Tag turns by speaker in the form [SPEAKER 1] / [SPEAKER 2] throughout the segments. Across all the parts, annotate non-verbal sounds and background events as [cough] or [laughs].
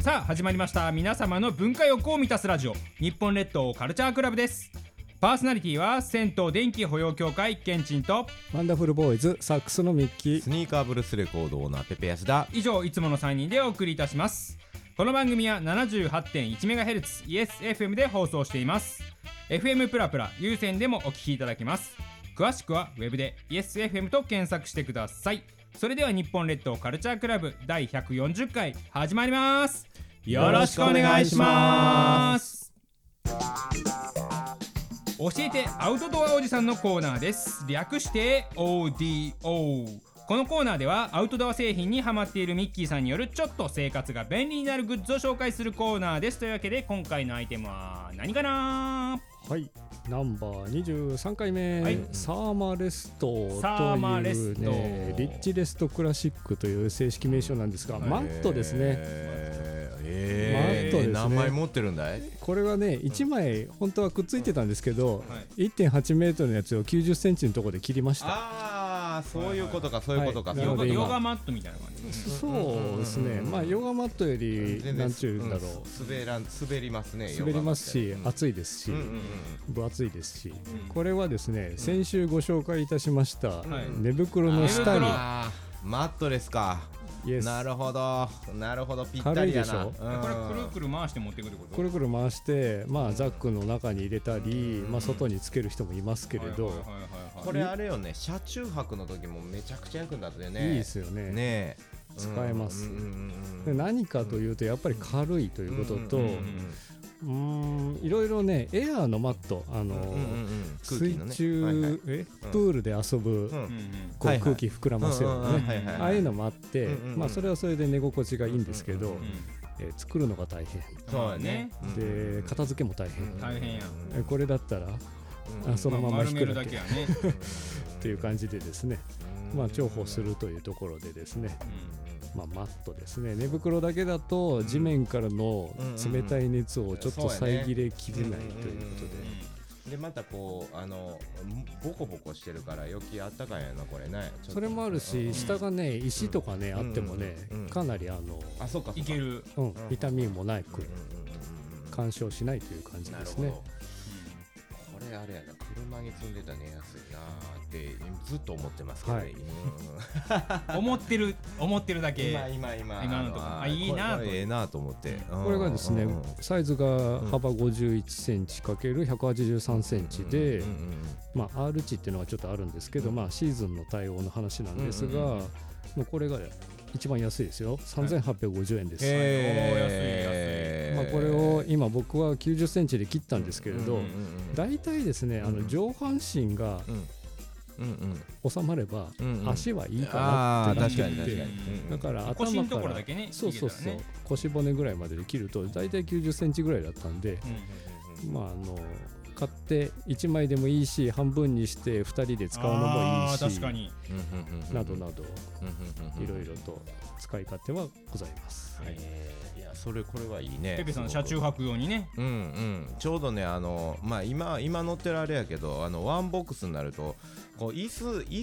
[SPEAKER 1] さあ始まりました皆様の文化欲を満たすラジオ日本列島カルチャークラブですパーソナリティは銭湯電気保養協会ケンチンと
[SPEAKER 2] ワンダフルボーイズサックスのミッキー
[SPEAKER 3] スニーカーブルースレコードオーナーペペヤスだ
[SPEAKER 1] 以上いつもの3人でお送りいたしますこの番組は 78.1MHz イエス FM で放送しています FM プラプラ有線でもお聞きいただけます詳しくはウェブでイエス FM と検索してくださいそれでは日本列島カルチャークラブ第140回始まりますよろしくお願いします教えてアウトドアおじさんのコーナーです略して ODO このコーナーではアウトドア製品にハマっているミッキーさんによるちょっと生活が便利になるグッズを紹介するコーナーですというわけで今回のアイテムは何かな
[SPEAKER 2] はいナンバー23回目、
[SPEAKER 1] はい
[SPEAKER 2] サーマレストという、ね、
[SPEAKER 1] サーマレスト
[SPEAKER 2] リッチレストクラシックという正式名称なんですが、マットですね
[SPEAKER 3] えー
[SPEAKER 2] マット
[SPEAKER 3] え
[SPEAKER 2] ですね
[SPEAKER 3] ー、名前持ってるんだい
[SPEAKER 2] これはね1枚本当はくっついてたんですけど、
[SPEAKER 1] はい
[SPEAKER 2] 1.8メートルのやつを90センチのところで切りました
[SPEAKER 3] ああそういうことかそういうことか、
[SPEAKER 2] はい
[SPEAKER 3] そういう
[SPEAKER 1] ヨ
[SPEAKER 3] こ
[SPEAKER 1] ガヨガ
[SPEAKER 2] なるほど
[SPEAKER 3] とか
[SPEAKER 1] マットみたいな感じ
[SPEAKER 2] そうですねまあヨガマットより
[SPEAKER 3] 全
[SPEAKER 2] な
[SPEAKER 3] 然
[SPEAKER 2] んちゅうんだろう、
[SPEAKER 3] ん滑らん滑りますね
[SPEAKER 2] 滑りますし
[SPEAKER 3] ヨガマッ
[SPEAKER 2] 暑いですし、
[SPEAKER 3] トうんうんうん
[SPEAKER 2] 分厚いですし、これはですね先週ご紹介いたしました、
[SPEAKER 1] はい
[SPEAKER 2] 寝袋の下
[SPEAKER 1] うん
[SPEAKER 2] に、
[SPEAKER 3] あーマットレスか
[SPEAKER 2] イエス
[SPEAKER 3] なるほどなるほどぴったりやな
[SPEAKER 2] 軽いでし
[SPEAKER 1] これく
[SPEAKER 3] うん
[SPEAKER 1] るくる回して持ってくること
[SPEAKER 2] くるくる回して、まあ、ザックの中に入れたり、まあ、外につける人もいますけれど
[SPEAKER 1] はいはいはいはいはい
[SPEAKER 3] これあれよね車中泊の時もめちゃくちゃ役に立つよね
[SPEAKER 2] いいですよね
[SPEAKER 3] ねえ
[SPEAKER 2] 使えます
[SPEAKER 3] うんうんうんう
[SPEAKER 2] で
[SPEAKER 3] ん
[SPEAKER 2] 何かというとやっぱり軽いということと
[SPEAKER 3] うん
[SPEAKER 2] うーんいろいろねエアーのマットあの、
[SPEAKER 3] うんうんうんうん空気
[SPEAKER 2] 水
[SPEAKER 3] のね
[SPEAKER 2] 中、
[SPEAKER 3] はいはい
[SPEAKER 2] えプールで遊ぶ、
[SPEAKER 3] うん
[SPEAKER 1] うんうん
[SPEAKER 2] こ
[SPEAKER 3] は
[SPEAKER 2] う
[SPEAKER 3] いはい
[SPEAKER 2] 空気膨らますような
[SPEAKER 3] うんうんうんはい
[SPEAKER 2] ね
[SPEAKER 3] はいはい
[SPEAKER 2] ああいうのもあって、
[SPEAKER 3] うんうんうん
[SPEAKER 2] まあ、それはそれで寝心地がいいんですけど、
[SPEAKER 3] うんうん
[SPEAKER 1] う
[SPEAKER 2] えー作るのが大変
[SPEAKER 3] そうやね。
[SPEAKER 2] で片付けも大変、
[SPEAKER 1] ん大変やん
[SPEAKER 2] えーこれだったら
[SPEAKER 3] うん
[SPEAKER 2] あそのまま
[SPEAKER 1] 丸
[SPEAKER 2] 引
[SPEAKER 1] め
[SPEAKER 2] く
[SPEAKER 1] る
[SPEAKER 2] だ
[SPEAKER 1] だけ
[SPEAKER 2] けっ
[SPEAKER 1] やね
[SPEAKER 2] ていう感じでですね、まあ、重宝するというところでですね、まあ、マットですね寝袋だけだと地面からの冷たい熱をちょっと遮れきれないということで
[SPEAKER 1] うん
[SPEAKER 3] でまたこうあのボコボコしてるから余計あったかいやなこれね。ちょっと
[SPEAKER 2] それもあるし下がね石とかねあってもね
[SPEAKER 3] うん
[SPEAKER 2] かなりあの、
[SPEAKER 3] あそうかそ
[SPEAKER 1] い
[SPEAKER 3] うか
[SPEAKER 1] け。る
[SPEAKER 2] うん、痛みもなく
[SPEAKER 3] うんうんうんうん
[SPEAKER 2] 干渉しないという感じ
[SPEAKER 3] な
[SPEAKER 2] で
[SPEAKER 3] る
[SPEAKER 2] す
[SPEAKER 3] ほど。
[SPEAKER 2] ね
[SPEAKER 3] これあれやな車に積んでたら寝やすいなーってずっと思ってますけどね。
[SPEAKER 2] はい
[SPEAKER 3] うん
[SPEAKER 1] 思ってる思ってるだけ
[SPEAKER 3] 今今今
[SPEAKER 1] 今のとこ
[SPEAKER 3] ー
[SPEAKER 1] あいいなーと
[SPEAKER 3] これこれええなーと思って。うん
[SPEAKER 2] これがですね
[SPEAKER 3] うんうん
[SPEAKER 2] サイズが幅 51cm×183cm で、
[SPEAKER 3] うんうんうん
[SPEAKER 2] まあ、R 値っていうのはちょっとあるんですけど、
[SPEAKER 3] うん
[SPEAKER 2] まあ、シーズンの対応の話なんですが、
[SPEAKER 3] うんうんうん
[SPEAKER 2] もうこれが一番安いですよ3850円です、
[SPEAKER 3] へー
[SPEAKER 2] まあ、これを今僕は9 0センチで切ったんですけれど、
[SPEAKER 3] うんうんうん
[SPEAKER 2] 大体ですねあ
[SPEAKER 3] う
[SPEAKER 2] の
[SPEAKER 3] ん
[SPEAKER 2] 上半身が
[SPEAKER 3] うんうん
[SPEAKER 2] 収まれば
[SPEAKER 3] うんうん
[SPEAKER 2] 足はいい
[SPEAKER 3] あ
[SPEAKER 2] か
[SPEAKER 3] あ
[SPEAKER 2] なっ
[SPEAKER 3] 確
[SPEAKER 2] てな
[SPEAKER 3] か
[SPEAKER 2] っ
[SPEAKER 3] に
[SPEAKER 2] てき
[SPEAKER 3] 確
[SPEAKER 2] て
[SPEAKER 3] かに
[SPEAKER 2] だから頭から
[SPEAKER 1] 腰のところだけね
[SPEAKER 2] そうそう
[SPEAKER 1] いけ
[SPEAKER 2] そ
[SPEAKER 1] たら
[SPEAKER 2] う
[SPEAKER 1] ね
[SPEAKER 2] 腰骨ぐらいまでで切ると大体9 0センチぐらいだったんで、まああの買って1枚でもいいし半分にして2人で使うのもいいし
[SPEAKER 1] あー確かに
[SPEAKER 2] などなどいろい
[SPEAKER 3] ろ
[SPEAKER 2] ろと使い勝手はございます。
[SPEAKER 1] はい
[SPEAKER 3] いやそれこれはいいね
[SPEAKER 1] ペペさん車中泊用にね
[SPEAKER 3] うんうんちょうどねあのまあ今今乗ってるあれやけどあのワンボックスになるとこう椅子椅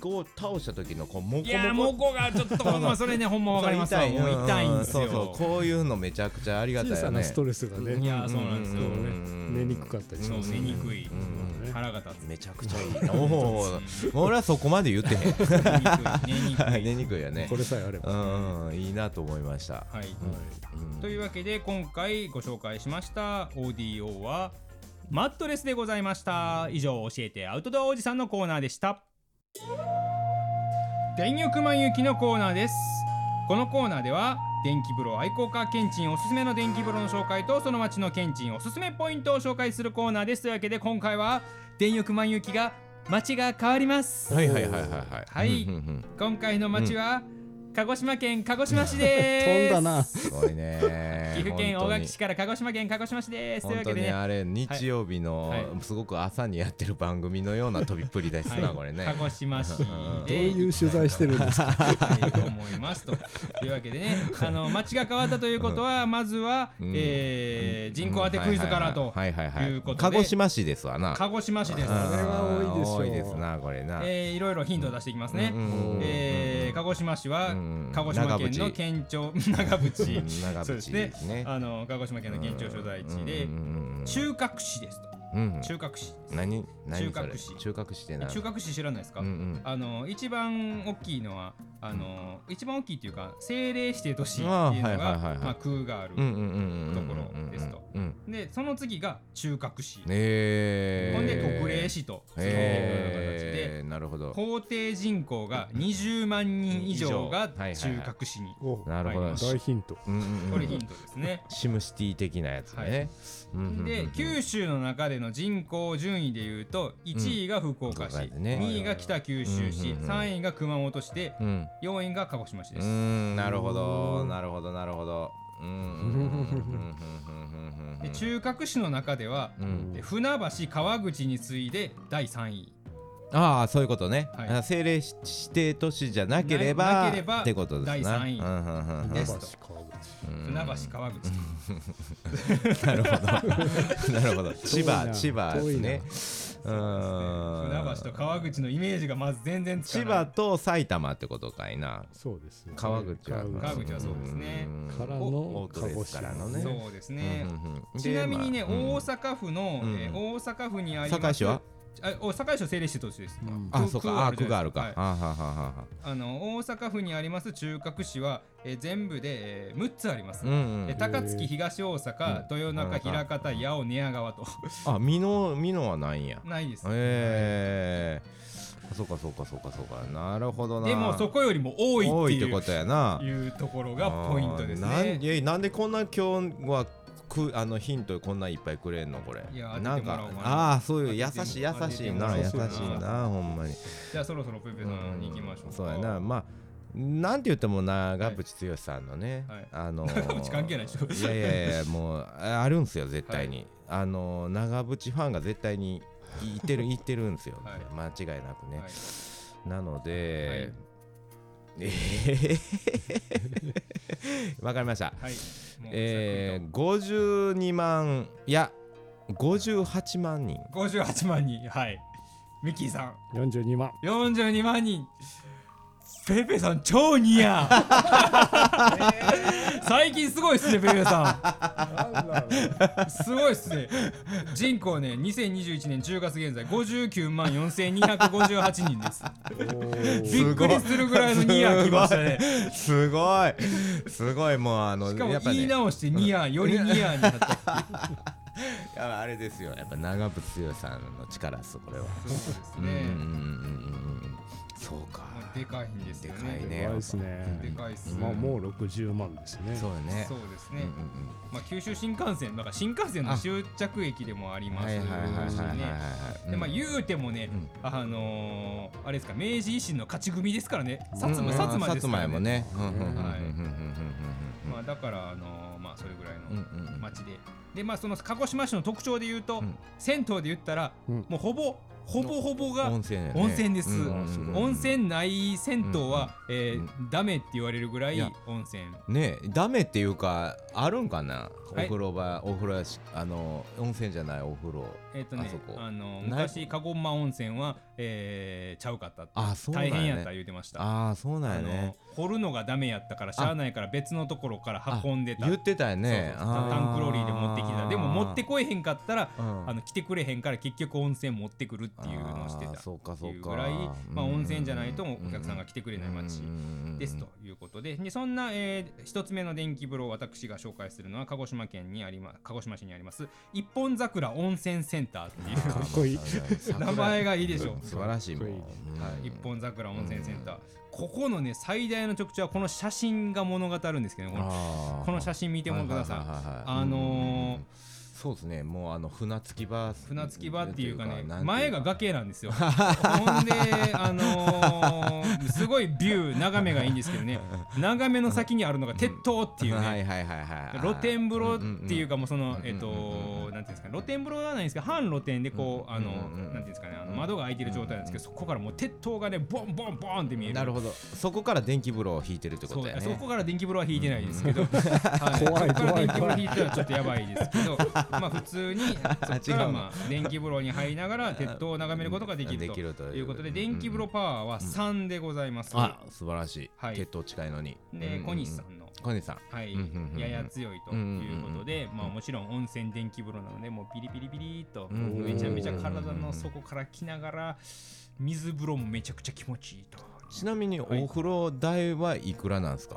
[SPEAKER 3] 子を倒した時のこうモコモコ
[SPEAKER 1] いやーもうこがちょっとほんまそれねほんまわかりますわ
[SPEAKER 3] そう
[SPEAKER 1] もう痛いんですよ
[SPEAKER 3] そうそうこういうのめちゃくちゃありがたい
[SPEAKER 2] 小
[SPEAKER 3] よね
[SPEAKER 2] さなストレスが
[SPEAKER 1] い
[SPEAKER 2] ね、
[SPEAKER 1] やーそうなんですよ
[SPEAKER 3] う
[SPEAKER 2] ね
[SPEAKER 3] ん
[SPEAKER 2] 寝にくかったりし
[SPEAKER 1] そう
[SPEAKER 2] ます
[SPEAKER 1] 寝にくい
[SPEAKER 3] うん
[SPEAKER 2] ね
[SPEAKER 1] 腹が立
[SPEAKER 3] めちゃくちゃいいなおお俺はそこまで言ってへ
[SPEAKER 2] [laughs]
[SPEAKER 3] ん
[SPEAKER 1] つ寝にくい
[SPEAKER 3] はい
[SPEAKER 1] 寝にくい
[SPEAKER 3] 寝にくいよね
[SPEAKER 2] これさえあれば。
[SPEAKER 3] う
[SPEAKER 2] は
[SPEAKER 3] んうんいいなと思いました
[SPEAKER 1] はい
[SPEAKER 2] い
[SPEAKER 3] うん
[SPEAKER 1] というわけで今回ご紹介しました ODO はマットレスでございました以上教えてアウトドアおじさんのコーナーでした電力満雪のコーナーですこのコーナーでは電気風呂愛好家ケンチンおすすめの電気風呂の紹介とその町のケンチンおすすめポイントを紹介するコーナーですというわけで今回は電力満雪が町が変わります
[SPEAKER 3] はいはいはいはいはい
[SPEAKER 1] はい
[SPEAKER 3] うんうんうん
[SPEAKER 1] 今回の町は、鹿児島県鹿児島市で
[SPEAKER 2] 飛
[SPEAKER 1] す
[SPEAKER 2] んだな。
[SPEAKER 3] すごいね
[SPEAKER 1] [laughs] 岐阜県大垣市から鹿児島県鹿児島市ですという
[SPEAKER 3] 本
[SPEAKER 1] わ
[SPEAKER 3] 当
[SPEAKER 1] けで
[SPEAKER 3] に
[SPEAKER 1] ね
[SPEAKER 3] あれ日曜日
[SPEAKER 1] はい
[SPEAKER 3] のすごく朝にやってる番組のような飛びっぷりですなこれね
[SPEAKER 1] 鹿児島市
[SPEAKER 2] どう
[SPEAKER 1] で
[SPEAKER 2] いう取材してるんですか。
[SPEAKER 1] 行きたいと思いますというわけ
[SPEAKER 3] [laughs]
[SPEAKER 1] でねあの町が変わったということはまずは、
[SPEAKER 3] うん
[SPEAKER 1] えー人口当てクイズからと
[SPEAKER 3] はいはいはいはい
[SPEAKER 1] いうことで
[SPEAKER 3] 鹿児島市ですわな
[SPEAKER 1] 鹿児島市です、
[SPEAKER 2] これは多いでしょう
[SPEAKER 3] 多いですなこれな
[SPEAKER 1] えーいろいろヒントを出していきますね、
[SPEAKER 3] うんうんうんうん
[SPEAKER 1] えー鹿児島市は、
[SPEAKER 3] うんうん
[SPEAKER 1] 鹿児島県の県庁 [laughs] 長
[SPEAKER 3] う
[SPEAKER 1] 渕
[SPEAKER 3] ん長
[SPEAKER 1] そう
[SPEAKER 3] 渕ですね。
[SPEAKER 1] あの鹿児島県の県庁所在地で
[SPEAKER 3] うんうんうん
[SPEAKER 1] 中核市ですと
[SPEAKER 3] うんうん
[SPEAKER 1] 中核市
[SPEAKER 3] 何何そ
[SPEAKER 1] 中
[SPEAKER 3] れ
[SPEAKER 1] 核市
[SPEAKER 3] 中核市ってな
[SPEAKER 1] 中核市知らないですか、
[SPEAKER 3] うんうん
[SPEAKER 1] あの一番大きいのはあの一番大きいっていうか政令指定都市っていう
[SPEAKER 3] あー
[SPEAKER 1] のが
[SPEAKER 3] はいはいはいはい
[SPEAKER 1] まあ、空がある、
[SPEAKER 3] うんうんうんうんうんうん
[SPEAKER 1] ところですと
[SPEAKER 3] うん
[SPEAKER 1] でその次が中核市、
[SPEAKER 3] えー
[SPEAKER 1] ほんで特例市とその形
[SPEAKER 3] え
[SPEAKER 1] で
[SPEAKER 3] ーなるほど
[SPEAKER 1] 法定人口が20万人以上が中核市に、
[SPEAKER 2] お
[SPEAKER 3] なるほ
[SPEAKER 1] 入
[SPEAKER 3] ど
[SPEAKER 1] りま
[SPEAKER 2] [laughs] 大ヒント
[SPEAKER 3] うんうんうん
[SPEAKER 1] これヒントですね。
[SPEAKER 3] シムシティ的なやつねうんうんうんうん
[SPEAKER 1] で九州の中での人口順位でいうと1位が福岡市、
[SPEAKER 3] 福岡ですね
[SPEAKER 1] 2位が北九州市、
[SPEAKER 3] うんうんうん
[SPEAKER 1] 3位が熊本市で
[SPEAKER 3] うん
[SPEAKER 1] 4位が鹿児島市
[SPEAKER 3] う
[SPEAKER 1] です。
[SPEAKER 3] んなるほどなるほどなるほどうんうんうんうんうんうんうんうん
[SPEAKER 1] で中核市の中では、
[SPEAKER 3] うん
[SPEAKER 1] で船橋川口に次いで第3位
[SPEAKER 3] ああそういうことね、
[SPEAKER 1] はい
[SPEAKER 3] あ政令指定都市じゃなけれ
[SPEAKER 1] な
[SPEAKER 3] ば
[SPEAKER 1] なければ
[SPEAKER 3] ってことです
[SPEAKER 1] 第
[SPEAKER 3] な
[SPEAKER 1] 三位
[SPEAKER 3] うんうんうんうん
[SPEAKER 1] です
[SPEAKER 2] 船橋川口
[SPEAKER 1] 船橋川口、
[SPEAKER 3] なるほどな
[SPEAKER 1] [laughs]
[SPEAKER 3] るほど千葉
[SPEAKER 2] 遠いな
[SPEAKER 3] 千葉ですねう
[SPEAKER 1] 船
[SPEAKER 3] ん
[SPEAKER 1] 橋と川口のイメージがまず全然つか
[SPEAKER 3] 千
[SPEAKER 1] な
[SPEAKER 3] 葉
[SPEAKER 1] い
[SPEAKER 3] と埼玉ってことかいな
[SPEAKER 2] そうですね
[SPEAKER 3] 川口は
[SPEAKER 1] 川口はそうですね
[SPEAKER 3] ん
[SPEAKER 2] から
[SPEAKER 3] お
[SPEAKER 2] の
[SPEAKER 3] オー
[SPEAKER 2] 鹿
[SPEAKER 3] トレ
[SPEAKER 2] 児
[SPEAKER 3] スからの
[SPEAKER 2] 島
[SPEAKER 3] ね
[SPEAKER 1] そうですね、
[SPEAKER 3] うんうんうん
[SPEAKER 1] ちなみにね、
[SPEAKER 3] でまあうん
[SPEAKER 1] 大阪府の、
[SPEAKER 3] うん
[SPEAKER 1] えー大阪府にあります
[SPEAKER 3] 堺市は
[SPEAKER 1] あお堺市は政令指定都市です、
[SPEAKER 2] うん
[SPEAKER 3] あそうかあ
[SPEAKER 1] 区
[SPEAKER 3] 区があるか、
[SPEAKER 1] はい
[SPEAKER 3] あはははは
[SPEAKER 1] あの大阪府にあります中核市は、えー全部で、えー6つあります、
[SPEAKER 3] うんうん
[SPEAKER 1] えー高槻東大阪、豊中
[SPEAKER 3] うん
[SPEAKER 1] 枚方八尾寝屋川と
[SPEAKER 3] あ美濃美濃はないんや
[SPEAKER 1] ないです、
[SPEAKER 3] ええそうかそうかそうかそうかなるほどな
[SPEAKER 1] でもそこよりも多いっていう
[SPEAKER 3] 多いってことやな
[SPEAKER 1] いうところがポイントです
[SPEAKER 3] あーなん
[SPEAKER 1] ね。
[SPEAKER 3] えなんでこんな今日はくあのヒントこんないっぱいくれんのこれ
[SPEAKER 1] いや当てて
[SPEAKER 3] なん
[SPEAKER 1] も
[SPEAKER 3] か
[SPEAKER 1] らおうかな
[SPEAKER 3] ああーそういう優
[SPEAKER 1] 当てて
[SPEAKER 3] しい優
[SPEAKER 1] も
[SPEAKER 3] しいな
[SPEAKER 1] 当
[SPEAKER 3] 優
[SPEAKER 1] て
[SPEAKER 3] してい
[SPEAKER 1] もらおう
[SPEAKER 3] なほんまに
[SPEAKER 1] じゃあそろそろペペさんに行きましょうか。
[SPEAKER 3] そうや
[SPEAKER 1] [laughs]
[SPEAKER 3] なまあなんて言っても長渕剛さんのね、
[SPEAKER 1] はい
[SPEAKER 3] あの
[SPEAKER 1] 長渕関係ないでしょ
[SPEAKER 3] いやいやいやもうああるんすよ絶対に、あの長渕ファンが絶対にいてるいてるんすよ、
[SPEAKER 1] [laughs] はい
[SPEAKER 3] 間違いなくね、
[SPEAKER 1] はい
[SPEAKER 3] なので、えー [laughs] わかりました。
[SPEAKER 1] はい。もう
[SPEAKER 3] えー、52万いや58万人
[SPEAKER 1] 五十八万人はい。ミッキーさん
[SPEAKER 2] 42万
[SPEAKER 1] 四十二万人。ペペさん超ニ
[SPEAKER 3] [laughs]
[SPEAKER 1] ア。最近すごいっすねペペさん。すごいっすね。人口ね二千二十一年10月現在五十九万四千二百五十八人です。
[SPEAKER 3] す
[SPEAKER 1] び
[SPEAKER 3] ご
[SPEAKER 1] っ
[SPEAKER 3] い
[SPEAKER 1] くり [laughs] するぐらいのニア来ましたね。
[SPEAKER 3] すごいすごいもうあの
[SPEAKER 1] しか
[SPEAKER 3] や
[SPEAKER 1] も
[SPEAKER 3] っぱ
[SPEAKER 1] 言い
[SPEAKER 3] ね
[SPEAKER 1] 直してニア、よりニアになった。
[SPEAKER 3] ああれですよやっぱ長渕剛さんの力っすこれは、
[SPEAKER 1] そうです
[SPEAKER 3] うんうんうんうん
[SPEAKER 1] ね。
[SPEAKER 3] うんそうか
[SPEAKER 1] まあでかいんですよね。
[SPEAKER 3] でかいね
[SPEAKER 2] やばいです
[SPEAKER 1] で
[SPEAKER 2] ね
[SPEAKER 1] かいっす。
[SPEAKER 2] まあ
[SPEAKER 1] そ
[SPEAKER 2] もう60万ですね
[SPEAKER 3] そうよね
[SPEAKER 1] うですね
[SPEAKER 3] うん。うん
[SPEAKER 1] まあ九州新幹線、なんか新幹線の終着駅でもあり
[SPEAKER 3] うん
[SPEAKER 1] ま
[SPEAKER 3] は
[SPEAKER 1] す
[SPEAKER 3] い
[SPEAKER 1] し
[SPEAKER 3] はいはいはいはい
[SPEAKER 1] ね。
[SPEAKER 3] はい
[SPEAKER 1] でまあ
[SPEAKER 3] うん
[SPEAKER 1] 言うてもね
[SPEAKER 3] うん、
[SPEAKER 1] あのーあれですか明治維新の勝ち組ですからね。薩
[SPEAKER 3] うん
[SPEAKER 1] 摩薩摩ですから
[SPEAKER 3] 薩摩やも
[SPEAKER 1] ね。
[SPEAKER 3] んねうんうんうんうんうんうん
[SPEAKER 1] はい
[SPEAKER 3] うんうん
[SPEAKER 1] まあだからあのーまあそれぐらい
[SPEAKER 3] うん
[SPEAKER 1] の
[SPEAKER 3] うんうん
[SPEAKER 1] 町で。でまあその鹿児島市の特徴で言うと
[SPEAKER 3] うん、
[SPEAKER 1] 銭湯で言ったら
[SPEAKER 2] うん
[SPEAKER 1] もうほぼほぼほぼが
[SPEAKER 3] 温泉やね
[SPEAKER 1] 温泉です
[SPEAKER 2] うん
[SPEAKER 1] 温泉ない銭湯は、えー
[SPEAKER 3] う
[SPEAKER 1] ダメって言われるぐらい
[SPEAKER 3] いや
[SPEAKER 1] 温泉
[SPEAKER 3] ねえダメっていうかあるんかなお
[SPEAKER 1] はい
[SPEAKER 3] 風呂場お風呂屋しあの温泉じゃないお風呂
[SPEAKER 1] えっ、とね
[SPEAKER 3] あそこ
[SPEAKER 1] あの
[SPEAKER 3] ない
[SPEAKER 1] 昔カゴンマ温泉は、えーちゃうかったって
[SPEAKER 3] あそうなん
[SPEAKER 1] 大
[SPEAKER 3] や
[SPEAKER 1] 変やった
[SPEAKER 3] ね
[SPEAKER 1] 言うてました
[SPEAKER 3] ああそうなんや
[SPEAKER 1] の
[SPEAKER 3] ね
[SPEAKER 1] 掘るのがダメやったからしゃあないから別のところから運んでた
[SPEAKER 3] 言ってたよね
[SPEAKER 1] そうそうそう
[SPEAKER 3] あ
[SPEAKER 1] タンクローリーで持ってきたでも持ってこえへんかったら
[SPEAKER 3] うん
[SPEAKER 1] あの来てくれへんから結局温泉持ってくるっていうのをしてた
[SPEAKER 3] あ
[SPEAKER 1] っ
[SPEAKER 3] ーそうか
[SPEAKER 1] て
[SPEAKER 3] そ
[SPEAKER 1] いうう
[SPEAKER 3] か
[SPEAKER 1] ぐらいまあ、
[SPEAKER 3] うん
[SPEAKER 1] 温泉じゃないとお客さんが来てくれない町
[SPEAKER 3] うんうんうんうん
[SPEAKER 1] ですということででそんな、えー一つ目の電気風呂を私が紹介するのは鹿児島県にあり、ま、鹿児島市にあります一本桜温泉センターってい
[SPEAKER 3] [laughs] あー
[SPEAKER 2] か
[SPEAKER 1] う
[SPEAKER 2] っこいい
[SPEAKER 3] 桜
[SPEAKER 1] 名前がいいでしょ
[SPEAKER 3] 素晴らしいもん
[SPEAKER 2] かっこ
[SPEAKER 3] うん
[SPEAKER 1] はい一本桜温泉センターここのね最大の特徴はこの写真が物語るんですけどねこの
[SPEAKER 3] あー
[SPEAKER 1] この写真見てもらってくだ
[SPEAKER 3] はいはい
[SPEAKER 1] さ
[SPEAKER 3] はいはい
[SPEAKER 1] いあ
[SPEAKER 3] うんうん
[SPEAKER 1] の
[SPEAKER 3] うんそうですねもうあの船着き場
[SPEAKER 1] ー船着き場っていうかね
[SPEAKER 3] なんて
[SPEAKER 1] 前が崖なん
[SPEAKER 3] [laughs]
[SPEAKER 1] ですよほんであのーすごいビュー眺めがいいんですけどね眺めの先にあるのが鉄塔っていう
[SPEAKER 3] は
[SPEAKER 1] ね
[SPEAKER 3] いはいはいはい
[SPEAKER 1] 露天風呂っていう
[SPEAKER 3] か
[SPEAKER 1] かもうその、
[SPEAKER 3] うん
[SPEAKER 1] えっ、
[SPEAKER 3] うんうん
[SPEAKER 1] となんていうんですか露天風呂はないんですけど半露天でこう、
[SPEAKER 3] うん
[SPEAKER 1] あの、
[SPEAKER 3] うん
[SPEAKER 1] なんていうんですかねあの窓が開いてる状態なんですけど、そこからもう鉄塔がねボンボンボンって見える
[SPEAKER 3] なるほどそこから電気風呂を引いてるって
[SPEAKER 1] そ
[SPEAKER 3] こと
[SPEAKER 1] う
[SPEAKER 3] だよね [laughs]
[SPEAKER 1] そこから電気風呂は引いてないですけど、はい、
[SPEAKER 2] 怖い
[SPEAKER 1] そこから
[SPEAKER 2] 怖い
[SPEAKER 1] 電
[SPEAKER 3] [laughs]
[SPEAKER 1] 気風呂引いたらちょっとやばいですけど、はまあ普通にそこからまあ電気風呂に入りながら鉄塔を眺めることができる
[SPEAKER 3] できると
[SPEAKER 1] と
[SPEAKER 3] いう
[SPEAKER 1] いうことで電気風呂パワーは3でございます。
[SPEAKER 3] あ素晴らしい、
[SPEAKER 1] はい
[SPEAKER 3] 血糖近いのに
[SPEAKER 1] で小西さんの、
[SPEAKER 3] 小西さん
[SPEAKER 1] はい
[SPEAKER 3] うんうんうんう、ん
[SPEAKER 1] やや強いということで、まあもちろん温泉電気風呂なのでもうビリビリビリっと
[SPEAKER 3] うん
[SPEAKER 2] うん
[SPEAKER 1] めちゃめちゃ体の底から来ながら水風呂もめちゃくちゃ気持ちいいと。
[SPEAKER 3] ちなみにお風呂代はいくらなんですか、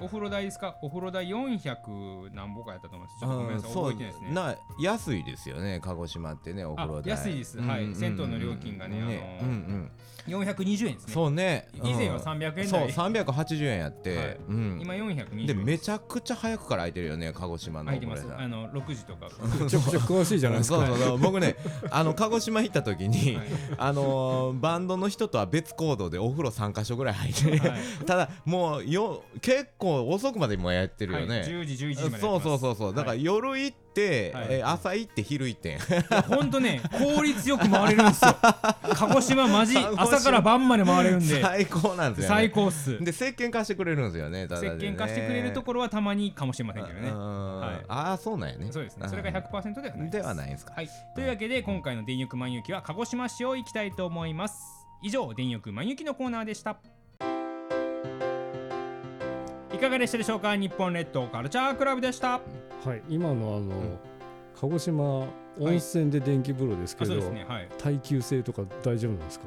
[SPEAKER 1] お風呂代ですかお風呂代400何ぼかやったと思います。ちょっとごめん
[SPEAKER 3] あ
[SPEAKER 1] なさい、覚えてないですね。
[SPEAKER 3] な安いですよね鹿児島ってねお風呂代
[SPEAKER 1] あ安いですはい銭湯の料金がねあ
[SPEAKER 3] うん
[SPEAKER 1] の
[SPEAKER 3] う
[SPEAKER 1] ー
[SPEAKER 3] ん
[SPEAKER 1] 420円ですね。
[SPEAKER 3] そうね
[SPEAKER 1] 以前は300円
[SPEAKER 3] そう
[SPEAKER 1] 台
[SPEAKER 3] 380円やって、
[SPEAKER 1] はい
[SPEAKER 3] うん
[SPEAKER 1] 今420円。
[SPEAKER 3] でめちゃくちゃ早くから空いてるよね鹿児島の
[SPEAKER 1] 空
[SPEAKER 3] お
[SPEAKER 1] いて
[SPEAKER 3] 風
[SPEAKER 1] ます。
[SPEAKER 3] 呂代
[SPEAKER 1] あの6時と
[SPEAKER 3] [laughs]
[SPEAKER 1] か。
[SPEAKER 2] めちゃくちゃ詳しいじゃないです
[SPEAKER 3] そう
[SPEAKER 2] か
[SPEAKER 3] そうそう僕ねあの鹿児島行った時に、
[SPEAKER 1] はい
[SPEAKER 3] あのーバンドの人とは別行動でお風呂3か所ぐらい入って、
[SPEAKER 1] はい
[SPEAKER 3] ただもうよ結構遅くまでもやってるよ
[SPEAKER 1] はい、
[SPEAKER 3] ね、
[SPEAKER 1] 10時11時までやってます。
[SPEAKER 3] そうそうそうそうだから夜行って、
[SPEAKER 1] はい
[SPEAKER 3] えー朝行って昼行ってん
[SPEAKER 1] ほんとね、効率よく回れるんですよ。鹿児島マジ、
[SPEAKER 3] 鹿児島
[SPEAKER 1] 朝から晩まで回れるんで、
[SPEAKER 3] 最高なんですよ、ね、
[SPEAKER 1] 最高っす。
[SPEAKER 3] で石鹸貸してくれるんですよね
[SPEAKER 1] 石鹸化してくれると
[SPEAKER 3] こ
[SPEAKER 1] ころはたまにかもしれませんけどね。
[SPEAKER 3] あ
[SPEAKER 1] い
[SPEAKER 3] あーそうなんやね
[SPEAKER 1] そうですね。それが100%ではない
[SPEAKER 3] ではないんですか
[SPEAKER 1] はい。というわけで、今回の電力満遊記は鹿児島市を行きたいと思います。以上、電力満遊記のコーナーでした。いかがでしたでしょうか日本列島カルチャークラブでした。
[SPEAKER 2] はい今のあの、
[SPEAKER 3] ん
[SPEAKER 2] 鹿児島温泉で電気風呂です
[SPEAKER 1] あ
[SPEAKER 2] け
[SPEAKER 1] そ
[SPEAKER 2] ど、
[SPEAKER 1] うですね。
[SPEAKER 3] [laughs]
[SPEAKER 1] はい。
[SPEAKER 2] 耐久性とか大丈夫なんですか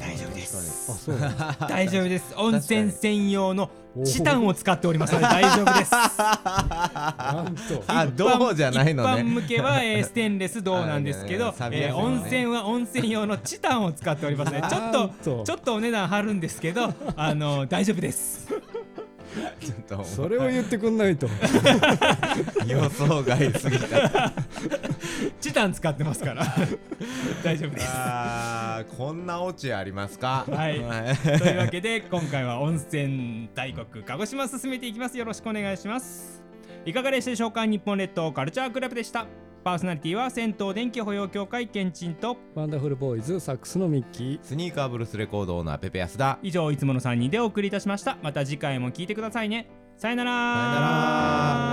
[SPEAKER 1] 大丈夫で
[SPEAKER 2] あ
[SPEAKER 1] す。
[SPEAKER 2] そうなんですか
[SPEAKER 1] 大丈夫です。温泉専用の
[SPEAKER 2] おー
[SPEAKER 1] チタンを使っておりますので大丈夫です。
[SPEAKER 2] なんと
[SPEAKER 3] [laughs] あどうじゃないの
[SPEAKER 1] 一般
[SPEAKER 3] ね
[SPEAKER 1] 向けは、えーステンレス銅なんですけど、
[SPEAKER 3] あね
[SPEAKER 1] えー
[SPEAKER 3] [laughs] 錆びやすいもんね
[SPEAKER 1] 温泉は温泉用のチタンを使っておりますね。ちょっ
[SPEAKER 2] なん
[SPEAKER 1] と
[SPEAKER 2] と
[SPEAKER 1] ちょっとお値段張るんですけ [laughs] ど、あの大丈夫です。
[SPEAKER 3] ちょっと
[SPEAKER 2] それを言ってくんないと [laughs]
[SPEAKER 3] 予想外す
[SPEAKER 1] [laughs]
[SPEAKER 3] ぎた
[SPEAKER 1] チタン使ってますから、 [laughs] 大丈夫です。
[SPEAKER 3] あーこんなオチありますか
[SPEAKER 1] はいというわけで今回は温泉大国鹿児島進めていきますよろしくお願いしますいかがでしたでしょうか日本列島カルチャークラブでしたパーソナリティは銭湯電気保養協会けんちんと
[SPEAKER 2] ワンダフルボーイズサックスのミッキー
[SPEAKER 3] スニーカーブルースレコードオーナーペペヤスだ
[SPEAKER 1] 以上いつもの3人でお送りいたしましたまた次回も聞いてくださいねさよなら
[SPEAKER 3] さよなら